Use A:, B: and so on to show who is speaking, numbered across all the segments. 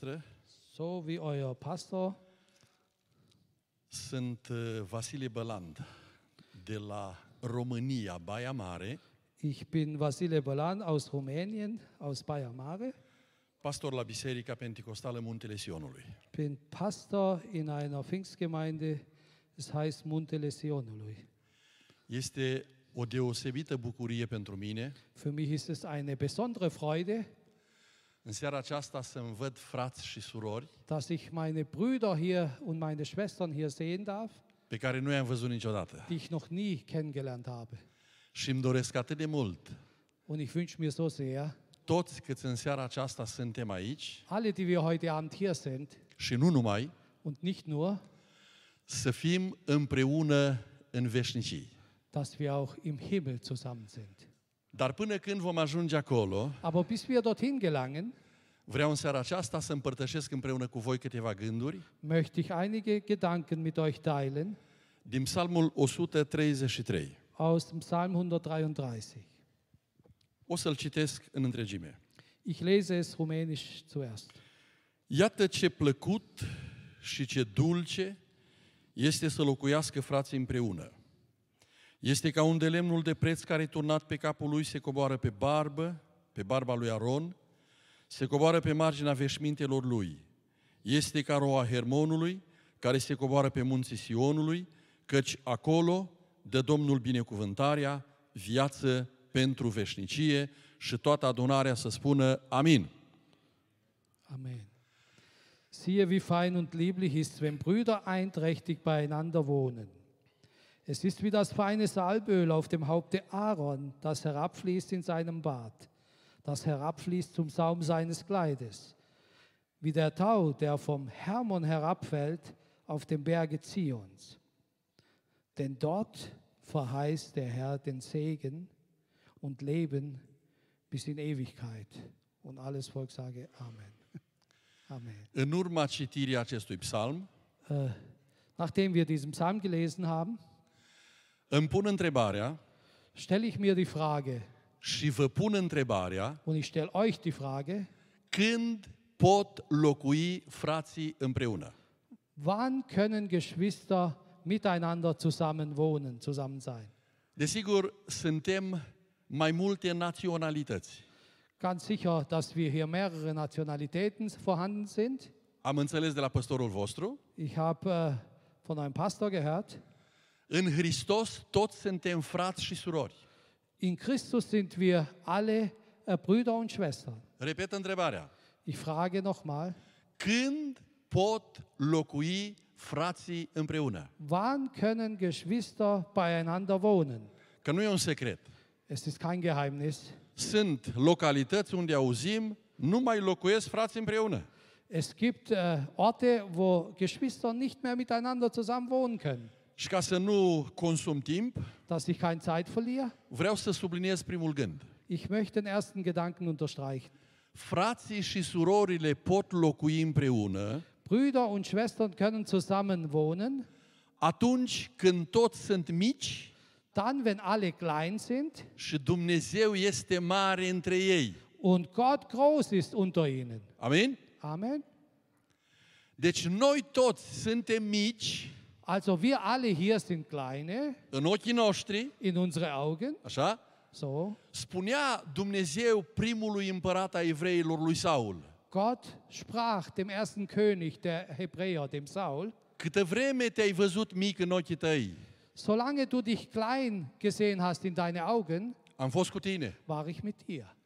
A: noastră
B: So wie euer Pastor
A: sunt uh, Vasile Băland de la România, Baia Mare,
B: Ich bin Vasile Bolan aus Rumänien, aus Baia Mare.
A: pastor la Biserica Pentecostală Muntele Sionului.
B: Bin Pastor in einer Pfingstgemeinde, es heißt Muntele Sionului.
A: Este o deosebită bucurie pentru mine
B: Für mich ist es eine besondere Freude,
A: în seara aceasta să-mi văd frați și surori
B: dass ich meine Brüder hier und meine Schwestern hier sehen darf,
A: pe care nu i-am văzut niciodată.
B: die ich noch nie kennengelernt habe.
A: Și îmi doresc atât de mult
B: Und ich wünsche mir so sehr,
A: toți câți în seara aceasta suntem aici
B: alle, die wir heute Abend hier sind
A: și nu numai,
B: und nicht nur,
A: să fim împreună în veșnicii.
B: dass wir auch im Himmel zusammen sind.
A: Dar până când vom ajunge acolo,
B: Aber bis wir dorthin gelangen,
A: vreau în seara aceasta să împărtășesc împreună cu voi câteva gânduri
B: möchte ich einige Gedanken mit euch teilen.
A: din Psalmul 133.
B: aus dem Psalm 133.
A: O să-l citesc în întregime.
B: Ich lese es rumänisch zuerst.
A: Iată ce plăcut și ce dulce este să locuiască frații împreună. Este ca un de lemnul de preț care turnat pe capul lui se coboară pe barbă, pe barba lui Aron, se coboară pe marginea veșmintelor lui. Este ca roa Hermonului, care se coboară pe munții Sionului, căci acolo dă Domnul binecuvântarea, viață pentru veșnicie și toată adunarea să spună Amin.
B: Amen. Siehe, wie fein und lieblich ist, wenn Brüder einträchtig beieinander wohnen. Es ist wie das feine Salböl auf dem Haupte Aaron, das herabfließt in seinem Bart, das herabfließt zum Saum seines Kleides. Wie der Tau, der vom Hermon herabfällt auf dem Berge Zions. Denn dort verheißt der Herr den Segen und Leben bis in Ewigkeit. Und alles Volk sage Amen. Amen.
A: În urma citirii acestui psalm,
B: Äh, nachdem wir diesen Psalm gelesen haben,
A: îmi pun întrebarea
B: stelle ich mir die Frage
A: și vă pun întrebarea
B: und ich stelle euch die Frage,
A: când pot locui frații împreună.
B: wann können Geschwister miteinander zusammen wohnen, zusammen sein?
A: Desigur, suntem mai multe naționalități.
B: Ganz sicher, dass wir hier mehrere Nationalitäten vorhanden sind.
A: Am înțeles de la păstorul vostru,
B: Ich habe äh, von einem Pastor gehört,
A: în Hristos toți suntem frați și surori.
B: In Christus sind wir alle äh, Brüder und Schwestern.
A: Repet întrebarea.
B: Ich frage nochmal,
A: Când pot locui frații împreună?
B: wann können Geschwister beieinander wohnen?
A: Că nu e un secret.
B: Es ist kein Geheimnis.
A: Sunt localități unde auzim, nu mai locuiesc frații împreună.
B: Es gibt äh, Orte, wo Geschwister nicht mehr miteinander zusammen wohnen können.
A: Și ca să nu consum timp,
B: Dass ich keine Zeit verliere,
A: vreau să subliniez primul gând.
B: ich möchte den ersten Gedanken unterstreichen.
A: Frații și surorile pot locui împreună
B: Brüder und Schwestern können zusammen wohnen,
A: atunci când toți sunt mici
B: dann, wenn alle klein sind
A: și Dumnezeu este mare între ei.
B: und Gott groß ist unter ihnen.
A: Amin?
B: Amen.
A: Deci noi toți suntem mici
B: Also wir alle hier sind kleine
A: în ochii noștri,
B: in unsere Augen.
A: așa?
B: So,
A: Spunea Dumnezeu primului împărat a evreilor lui Saul,
B: Gott sprach dem ersten König der Hebräer, dem Saul,
A: câtă vreme te-ai văzut mic în ochii tăi,
B: solange du dich klein gesehen hast in deine Augen,
A: am fost cu tine.
B: war ich mit dir.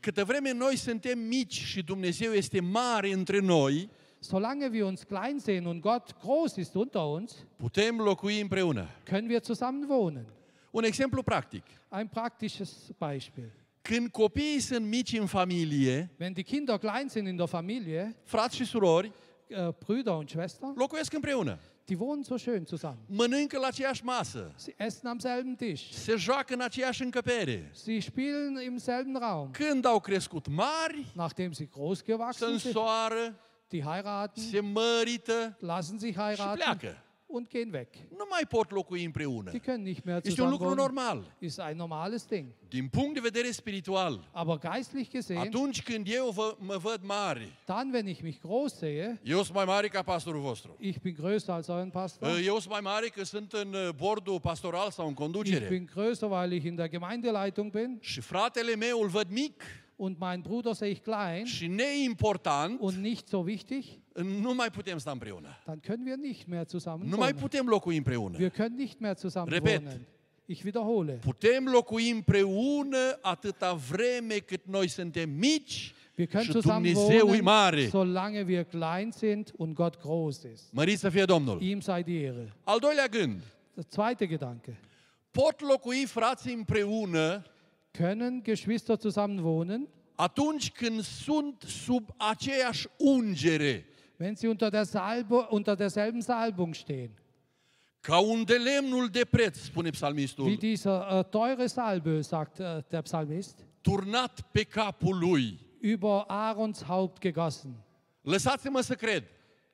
A: Câtă vreme noi suntem mici și Dumnezeu este mare între noi,
B: Solange wir uns klein sehen und Gott groß ist unter uns,
A: putem locui împreună.
B: können wir zusammen wohnen.
A: Un exemplu practic.
B: Ein praktisches Beispiel.
A: Când copiii sunt mici în familie,
B: Wenn die Kinder klein sind in der Familie,
A: frați și surori
B: äh, Brüder und Schwestern,
A: locuiesc împreună.
B: die wohnen so schön zusammen.
A: Mănâncă la aceeași masă,
B: Sie essen am selben Tisch.
A: se joacă în aceeași încăpere.
B: Sie spielen im selben Raum.
A: Când au crescut mari,
B: Nachdem sie groß
A: se
B: gewachsen sind,
A: însoară,
B: die heiraten,
A: se mărită
B: lassen sich
A: și
B: heiraten
A: pleacă.
B: und gehen weg.
A: Nu mai pot locui împreună.
B: Die können nicht mehr
A: Este un
B: zusammen
A: lucru
B: wohnen.
A: normal.
B: Ist ein normales Ding.
A: Din punct de vedere spiritual,
B: Aber geistlich gesehen,
A: atunci când eu vă, mă văd mari,
B: dann, wenn ich mich groß sehe,
A: eu sunt mai mare ca pastorul vostru.
B: ich bin größer als euren Pastor.
A: Eh, Eu sunt mai mare că sunt în uh, bordul pastoral sau în
B: Ich
A: conducere.
B: bin größer, weil ich in der Gemeindeleitung bin.
A: Și fratele meu îl văd mic
B: Und meinen Bruder sehe ich klein
A: și neimportant,
B: und nicht so wichtig.
A: nu mai putem sta împreună.
B: Dann können wir nicht mehr zusammen
A: Nu mai
B: wohnen.
A: putem locui împreună.
B: Wir können nicht mehr zusammen
A: Repet.
B: wohnen. Ich wiederhole.
A: Putem locui împreună atâta vreme cât noi suntem mici
B: Wir können
A: și
B: zusammen
A: Dumnezeu e
B: wohnen,
A: mare.
B: solange wir klein sind und Gott groß ist.
A: Mărit să fie Domnul.
B: Ihm sei die Ehre.
A: Al doilea gând.
B: Der zweite Gedanke.
A: Pot locui frații împreună
B: Können Geschwister zusammen wohnen,
A: atunci când sunt sub aceeași ungere,
B: wenn sie unter, der Salbe, unter derselben Salbung stehen?
A: ca un de lemnul de preț, spune
B: Wie
A: psalmistul,
B: dieser äh, teure Salböl, sagt äh, der Psalmist,
A: turnat pe capul lui.
B: über Aarons Haupt gegossen.
A: Lăsați-mă să cred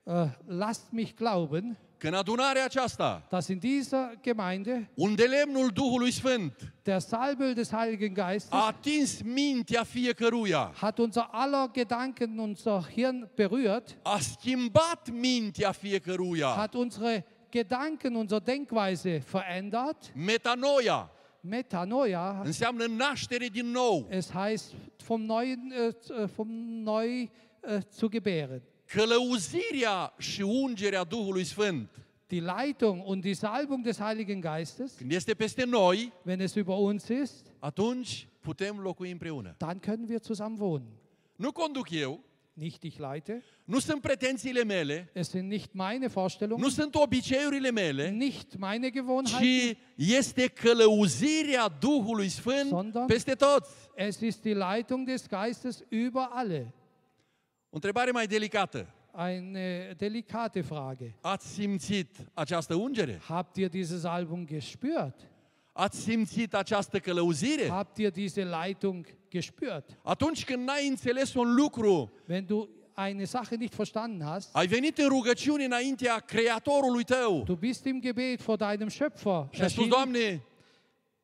B: Äh, lasst mich glauben,
A: că în adunarea aceasta,
B: dass in dieser Gemeinde
A: unde lemnul Duhului Sfânt
B: der Salböl des Heiligen Geistes
A: a atins mintea fiecăruia,
B: hat unser aller Gedanken, unser Hirn berührt,
A: a schimbat mintea fiecăruia,
B: hat unsere Gedanken, unsere Denkweise verändert.
A: metanoia,
B: Metanoia,
A: înseamnă naștere din nou,
B: es heißt vom Neuen, äh, z- äh, vom Neu äh, zu gebären.
A: călăuzirea și ungerea Duhului Sfânt.
B: Die Leitung und die Salbung des Heiligen Geistes,
A: Când este peste noi,
B: wenn es über uns ist,
A: atunci putem locui împreună.
B: dann können wir zusammen wohnen.
A: Nu conduc eu,
B: Nicht ich leite,
A: nu sunt pretențiile mele,
B: es sind nicht meine Vorstellungen,
A: nu sunt obiceiurile mele,
B: nicht meine Gewohnheiten,
A: ci este călăuzirea Duhului Sfânt
B: Sondern-
A: peste toți.
B: es ist die Leitung des Geistes über alle.
A: O întrebare mai delicată.
B: Eine delikate Frage.
A: Ați simțit această ungere?
B: Habt ihr dieses Album gespürt?
A: Ați simțit această călăuzire?
B: Habt ihr diese Leitung gespürt?
A: Atunci când n-ai înțeles un lucru,
B: Wenn du eine Sache nicht verstanden hast,
A: ai venit în rugăciune înaintea Creatorului tău
B: du bist im Gebet vor deinem
A: și ai
B: Schöpfer
A: spus,
B: erschienen
A: Doamne,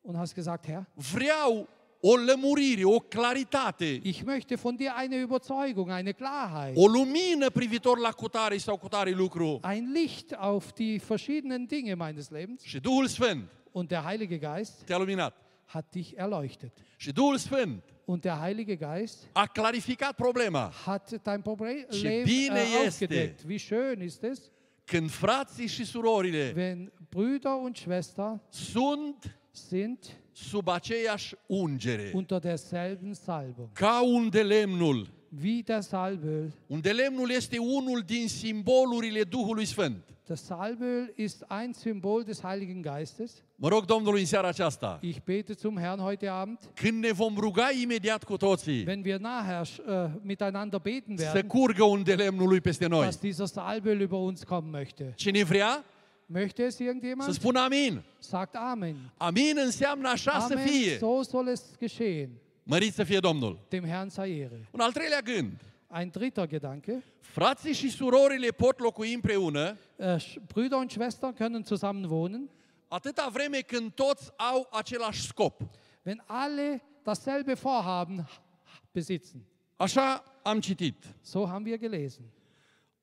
B: und hast gesagt, Herr,
A: vreau o lămurire, o claritate,
B: ich möchte von dir eine Überzeugung, eine Klarheit,
A: o lumină privitor la cutare sau cutare lucru.
B: ein Licht auf die verschiedenen Dinge meines Lebens.
A: Și Duhul Sfânt
B: Und der Heilige Geist
A: te-a luminat.
B: hat dich erleuchtet.
A: Și Duhul Sfânt
B: Und der Heilige Geist
A: a clarificat problema.
B: hat dein Problem
A: Ce
B: Leben
A: bine
B: äh,
A: este.
B: aufgedeckt. Wie schön ist es,
A: Când frații și surorile
B: wenn Brüder und Schwestern
A: sunt
B: sind
A: sub aceeași ungere,
B: unter derselben Salbung.
A: ca unde lemnul.
B: Wie der Salböl.
A: Unde lemnul este unul din simbolurile Duhului Sfânt.
B: Das Salböl ist ein Symbol des Heiligen Geistes.
A: Mă rog Domnului în seara aceasta,
B: Ich bete zum Herrn heute Abend,
A: când ne vom ruga imediat cu toții,
B: wenn wir nachher äh, miteinander beten
A: să
B: werden,
A: curgă unde lemnul lui peste noi.
B: dass dieser Salböl über uns kommen möchte.
A: Cine vrea
B: Möchte es
A: să
B: irgendjemand?
A: spună amin.
B: Sagt Amen.
A: Amin înseamnă așa să
B: Amen,
A: fie.
B: so soll es geschehen.
A: Mărit să fie Domnul.
B: Dem Herrn sei Ehre.
A: Un al treilea gând.
B: Ein dritter Gedanke.
A: Frații și surorile pot locui împreună
B: Äh, Sch- Brüder und Schwestern können zusammen wohnen,
A: atâta vreme când toți au același scop.
B: wenn alle dasselbe Vorhaben besitzen.
A: Așa am citit.
B: So haben wir gelesen.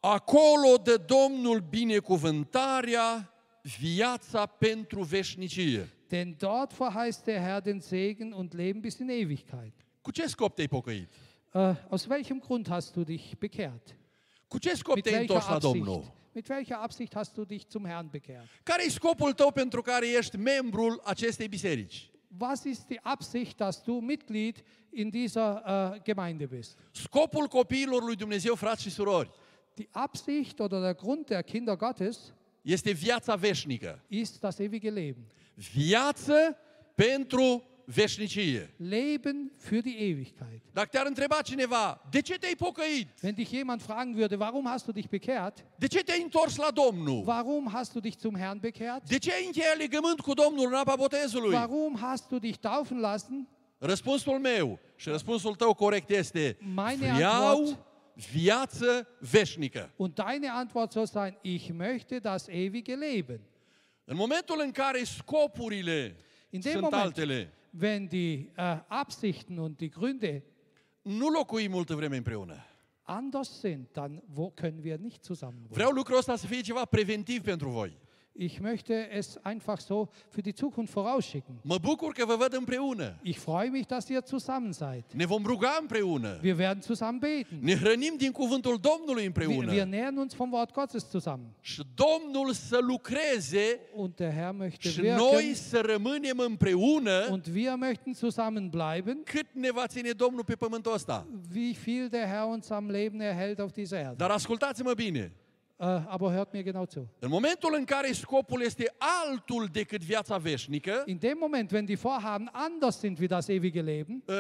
A: Acolo dă Domnul binecuvântarea, viața pentru veșnicie.
B: Denn dort verheißt der Herr den Segen und Leben bis in Ewigkeit.
A: Cu ce scop te-ai pocăit?
B: Äh, aus welchem Grund hast du dich bekehrt?
A: Cu ce scop
B: Mit
A: te-ai
B: welcher,
A: întors la
B: Absicht,
A: Domnul?
B: mit welcher Absicht hast du dich zum Herrn bekehrt?
A: Care e scopul tău pentru care ești membrul acestei biserici?
B: Was ist die Absicht, dass du Mitglied in dieser äh, Gemeinde bist?
A: Scopul copiilor lui Dumnezeu, frați și surori,
B: Die Absicht oder der Grund der Kinder Gottes
A: este viața veșnică.
B: ist das ewige Leben.
A: Viață pentru veșnicie.
B: Leben für die Ewigkeit.
A: Dacă te-ar întreba cineva, de ce te-ai pocăit?
B: Wenn dich jemand fragen würde, warum hast du dich bekehrt?
A: De ce te-ai întors la Domnul?
B: Warum hast du dich zum Herrn bekehrt?
A: De ce ai încheiat legământ cu Domnul în apa botezului?
B: Warum hast du dich taufen lassen?
A: Răspunsul meu și răspunsul tău corect este
B: Meine
A: Vreau
B: Antwort
A: viață veșnică.
B: Und deine Antwort soll sein, ich möchte das ewige Leben.
A: În momentul în care scopurile
B: In dem
A: sunt
B: Moment,
A: altele,
B: wenn die äh, Absichten und die Gründe
A: nu locuim multă vreme împreună.
B: anders sind, dann wo können wir nicht zusammen wohnen.
A: Vreau lucrul ăsta să fie ceva preventiv pentru voi.
B: Ich möchte es einfach so für die Zukunft vorausschicken.
A: Mă bucur că vă văd împreună.
B: Ich freue mich, dass ihr zusammen seid.
A: Ne vom ruga împreună.
B: Wir werden zusammen beten.
A: Ne hrănim din cuvântul Domnului
B: Wir, wir
A: împreună.
B: nähern uns vom Wort Gottes zusammen.
A: Și Domnul să lucreze
B: Und der Herr möchte
A: și noi
B: wirken
A: să rămânem împreună
B: und wir möchten zusammenbleiben,
A: cât ne va ține Domnul pe pământul ăsta.
B: wie viel der Herr uns am Leben erhält auf dieser Erde.
A: Dar ascultați-mă bine.
B: Äh, aber hört mir genau zu.
A: În momentul în care scopul este altul decât viața veșnică,
B: In dem Moment, wenn die Vorhaben anders sind wie das ewige Leben,
A: uh,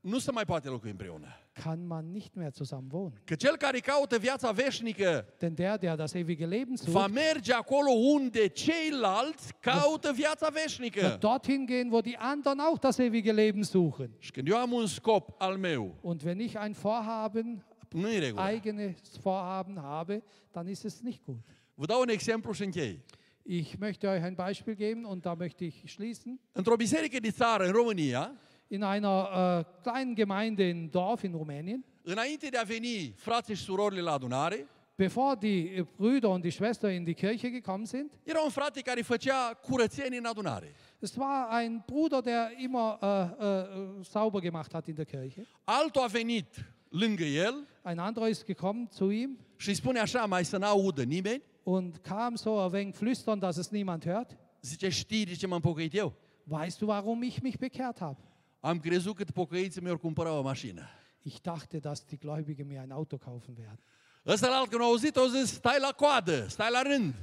A: nu se mai poate locui împreună.
B: kann man nicht mehr zusammen wohnen.
A: Că cel care caută viața veșnică
B: Denn der, der das ewige Leben
A: va
B: sucht,
A: merge acolo unde ceilalți caută viața veșnică.
B: wird dorthin gehen, wo die anderen auch das ewige Leben suchen.
A: Și când eu am un scop al meu,
B: Und wenn ich ein Vorhaben,
A: nu e regulă.
B: eigenes Vorhaben habe, dann ist es nicht gut.
A: Vă dau un exemplu și închei.
B: Ich möchte euch ein Beispiel geben und da möchte ich schließen.
A: Într-o biserică de țară în România,
B: In einer äh, kleinen Gemeinde in Dorf in Rumänien,
A: înainte de a veni frații și surorile la adunare,
B: bevor die äh, Brüder und die Schwestern in die Kirche gekommen sind,
A: era un frate care făcea curățenie în adunare.
B: Es war ein Bruder, der immer äh, äh, sauber gemacht hat in der Kirche.
A: Altul a venit lângă el
B: Ein anderer ist gekommen zu ihm
A: și îi spune așa, mai să n-audă nimeni,
B: und kam so ein wenig flüstern, dass es niemand hört.
A: zice, știi de ce m-am pocăit eu?
B: Weißt du, warum ich mich bekehrt habe?
A: Am crezut că pocăiții mi-or cumpăra o mașină.
B: Ich dachte, dass die Gläubigen mir ein Auto kaufen werden.
A: Ăsta alt când au auzit, au zis, stai la coadă, stai la rând.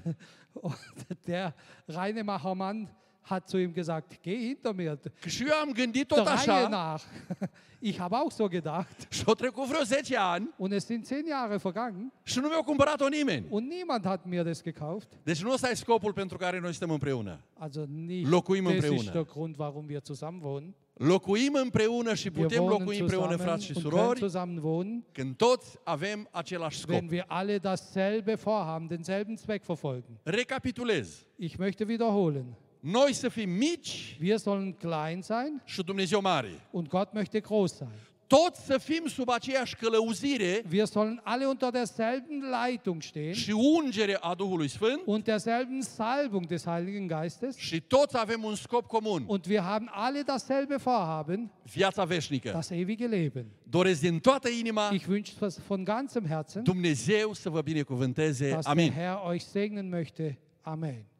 B: Und der reinemacher Mann hat zu ihm gesagt, geh hinter mir, der
A: Că și eu am gândit tot
B: Reihe
A: așa
B: nach. Ich habe auch so gedacht.
A: și au trecut vreo 10 ani
B: Und es sind zehn Jahre vergangen
A: și nu mi-au cumpărat-o nimeni.
B: und niemand hat mir das gekauft.
A: Deci nu ăsta e scopul pentru care noi suntem împreună.
B: Also nicht,
A: Locuim
B: das
A: împreună.
B: ist der Grund, warum wir zusammen wohnen.
A: Locuim împreună și
B: Wir
A: putem
B: wohnen
A: locui împreună,
B: zusammen
A: frați și
B: und können
A: surori,
B: zusammen wohnen,
A: când toți avem același scop.
B: wenn wir alle dasselbe Vorhaben, denselben Zweck verfolgen.
A: Recapitulez.
B: Ich möchte wiederholen.
A: Noi să fim mici
B: Wir sollen klein sein
A: și Dumnezeu mare.
B: und Gott möchte groß sein.
A: Toți să fim sub aceeași călăuzire
B: Wir sollen alle unter derselben Leitung stehen
A: și ungere a Duhului Sfânt
B: und derselben Salbung des Heiligen Geistes.
A: și toți avem un scop comun,
B: Und wir haben alle dasselbe Vorhaben,
A: viața veșnică.
B: das ewige Leben.
A: Doresc din toată inima
B: Ich wünsche das von ganzem Herzen,
A: Dumnezeu să vă binecuvânteze.
B: dass der
A: Amin.
B: Herr euch segnen möchte. Amen.